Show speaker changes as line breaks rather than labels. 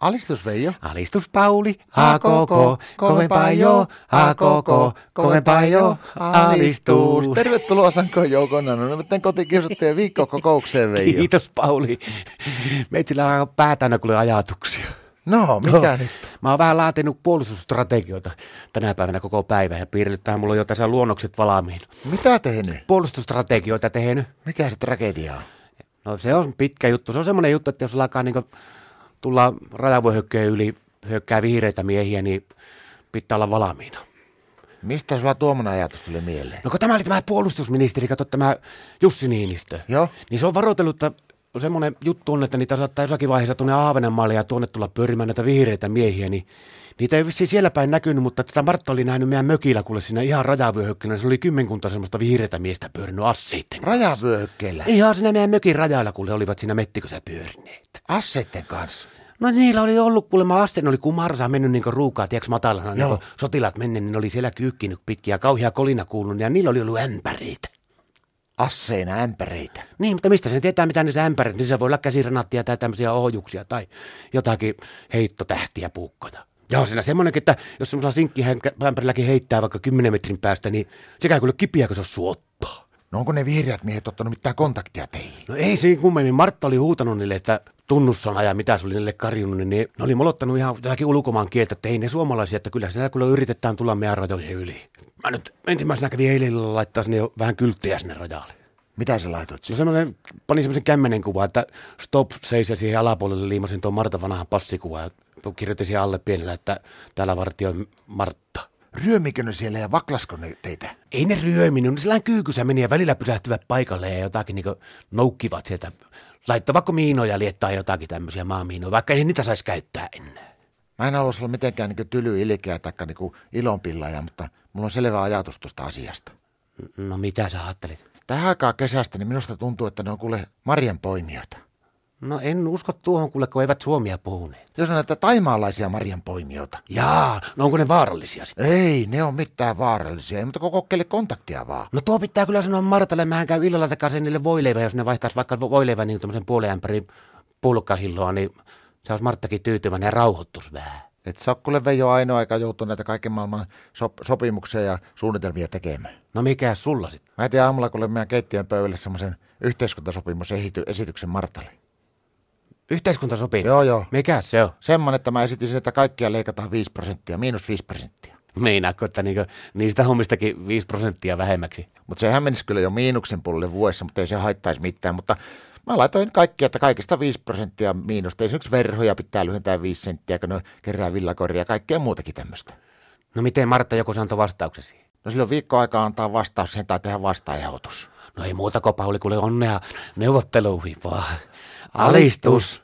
Alistus Veijo.
Alistus Pauli, a koko, kovempaa jo, a koko, kovempaa jo, alistus.
Tervetuloa Sankoon joukona. No nyt kotikiusattujen viikkokokoukseen Veijo.
Kiitos Pauli. Meitsillä on aivan päätänä kuule ajatuksia.
No, mikä no. nyt?
Mä oon vähän laatinut puolustusstrategioita tänä päivänä koko päivän ja piirryt tähän mulla on jo tässä luonnokset valmiin.
Mitä tehnyt?
Puolustusstrategioita tehnyt.
Mikä se tragedia on?
No se on pitkä juttu. Se on semmoinen juttu, että jos alkaa niinku tulla rajavyöhykkeen yli, hyökkää vihreitä miehiä, niin pitää olla valmiina.
Mistä sulla tuommoinen ajatus tuli mieleen?
No kun tämä oli tämä puolustusministeri, kato tämä Jussi Niinistö.
Joo.
Niin se on varoitellut, että semmoinen juttu on, että niitä saattaa jossakin vaiheessa tuonne Aavenanmaalle ja tuonne tulla pyörimään näitä vihreitä miehiä, niin niitä ei vissiin siellä päin näkynyt, mutta tätä Martta oli nähnyt meidän mökillä, kuule siinä ihan rajavyöhykkeellä, niin se oli kymmenkunta semmoista vihreitä miestä pyörinyt asseitten kanssa.
Rajavyöhykkeellä?
Ihan siinä meidän mökin rajalla, kuule olivat siinä mettikössä pyörineet.
Asseitten kanssa?
No niillä oli ollut kuulemma aste, ne oli kumarsa mennyt niinku ruukaa, tiedätkö matalana, niin kun sotilaat menneet, niin ne oli siellä kyykkinyt pitkiä, ja kauhea kolina kuulunut ja niillä oli ollut ämpäreitä
asseina ämpäreitä.
Niin, mutta mistä sen tietää, mitä niissä ämpäreitä, niissä niin voi olla käsiranaattia tai tämmöisiä ohjuksia tai jotakin heittotähtiä puukkota. Joo, siinä semmoinenkin, että jos semmoisella sinkkihämpärilläkin heittää vaikka 10 metrin päästä, niin se käy kyllä kipiä, kun se suottaa.
No onko ne vihreät miehet ottanut mitään kontaktia teihin?
No ei siinä kummemmin. Martta oli huutanut niille, että tunnussana ja mitä se oli niille karjunut, niin ne oli molottanut ihan jotakin ulkomaan kieltä, että ei ne suomalaisia, että kyllä siellä kyllä yritetään tulla meidän rajojen yli. Mä nyt ensimmäisenä kävin eilen illalla laittaa sinne jo vähän kylttejä sinne rajalle.
Mitä sä laitoit?
No semmoisen, panin semmoisen kämmenen kuva, että stop seis ja siihen alapuolelle liimasin tuon Marta vanhan passikuva ja kirjoitin siihen alle pienellä, että täällä vartioi Martta.
Ryömikö ne siellä ja vaklasko ne teitä?
Ei ne ryöminyt, ne sillä kyykyssä meni ja välillä pysähtyvät paikalle ja jotakin niin noukkivat sieltä. Laittoi vaikka miinoja liettaa jotakin tämmöisiä maamiinoja, vaikka ei niitä saisi käyttää enää.
Mä en halua olla mitenkään niin tyly, ilkeä tai niin ilonpillaaja, mutta mulla on selvä ajatus tuosta asiasta.
No mitä sä ajattelit?
Tähän aikaan kesästä niin minusta tuntuu, että ne on kuule marjan poimijoita.
No en usko tuohon kuule, kun eivät suomia puhuneet.
Jos on näitä taimaalaisia marjan poimijoita.
Jaa, no onko ne vaarallisia sitten?
Ei, ne on mitään vaarallisia, ei mutta kokeile kontaktia vaan.
No tuo pitää kyllä sanoa Martalle, mähän käyn illalla takaisin niille voileivä, jos ne vaihtaisi vaikka voileivä niin tämmöisen puoleämpärin pulkkahilloa, niin se olisi Marttakin tyytyväinen ja rauhoittus vähän.
Et sä oot kuule Veijo ainoa, joka joutuu näitä kaiken maailman sop- sopimuksia ja suunnitelmia tekemään.
No mikä sulla sitten?
Mä tein aamulla kuule meidän keittiön pöydälle semmoisen yhteiskuntasopimusesityksen Martalle.
Yhteiskuntasopimus?
Joo, joo.
Mikä se on?
Semmoinen, että mä esitin että kaikkia leikataan 5 prosenttia, miinus 5 prosenttia.
Meinaako, että niinku, niistä hommistakin 5 prosenttia vähemmäksi?
Mutta sehän menisi kyllä jo miinuksen puolelle vuodessa, mutta ei se haittaisi mitään. Mutta Mä laitoin kaikkia, että kaikista 5 prosenttia miinusta. Esimerkiksi verhoja pitää lyhentää 5 senttiä, kun ne kerää villakoria ja kaikkea muutakin tämmöistä.
No miten Martta joku antoi vastauksesi?
No silloin viikko aikaa antaa vastaus sen tai tehdä vastaehdotus.
No ei muuta kuin Pauli, kuule onnea neuvotteluihin vaan. Alistus! Alistus.